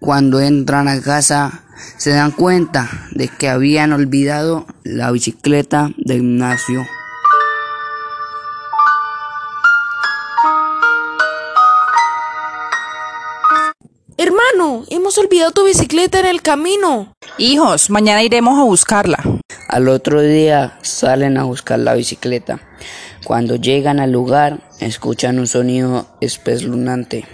Cuando entran a casa se dan cuenta de que habían olvidado la bicicleta de Ignacio. Hermano, hemos olvidado tu bicicleta en el camino. Hijos, mañana iremos a buscarla. Al otro día salen a buscar la bicicleta. Cuando llegan al lugar escuchan un sonido espeluznante.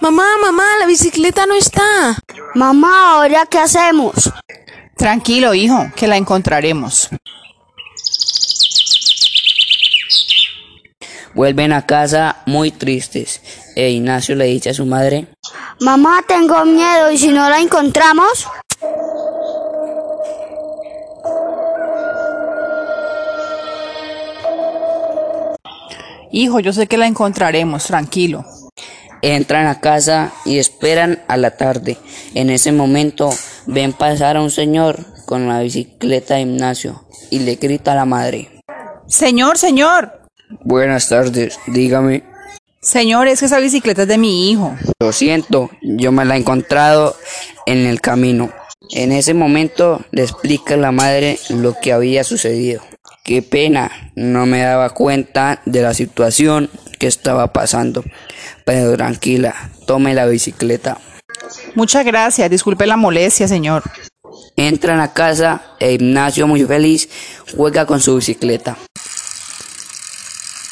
Mamá, mamá, la bicicleta no está. Mamá, ¿ahora qué hacemos? Tranquilo, hijo, que la encontraremos. Vuelven a casa muy tristes e Ignacio le dice a su madre Mamá, tengo miedo y si no la encontramos, Hijo, yo sé que la encontraremos, tranquilo. Entran a casa y esperan a la tarde. En ese momento ven pasar a un señor con la bicicleta de Ignacio y le grita a la madre. Señor, señor. Buenas tardes, dígame. Señor, es que esa bicicleta es de mi hijo. Lo siento, yo me la he encontrado en el camino. En ese momento le explica la madre lo que había sucedido. Qué pena, no me daba cuenta de la situación que estaba pasando. Pero tranquila, tome la bicicleta. Muchas gracias, disculpe la molestia, señor. Entran a casa e Ignacio muy feliz juega con su bicicleta.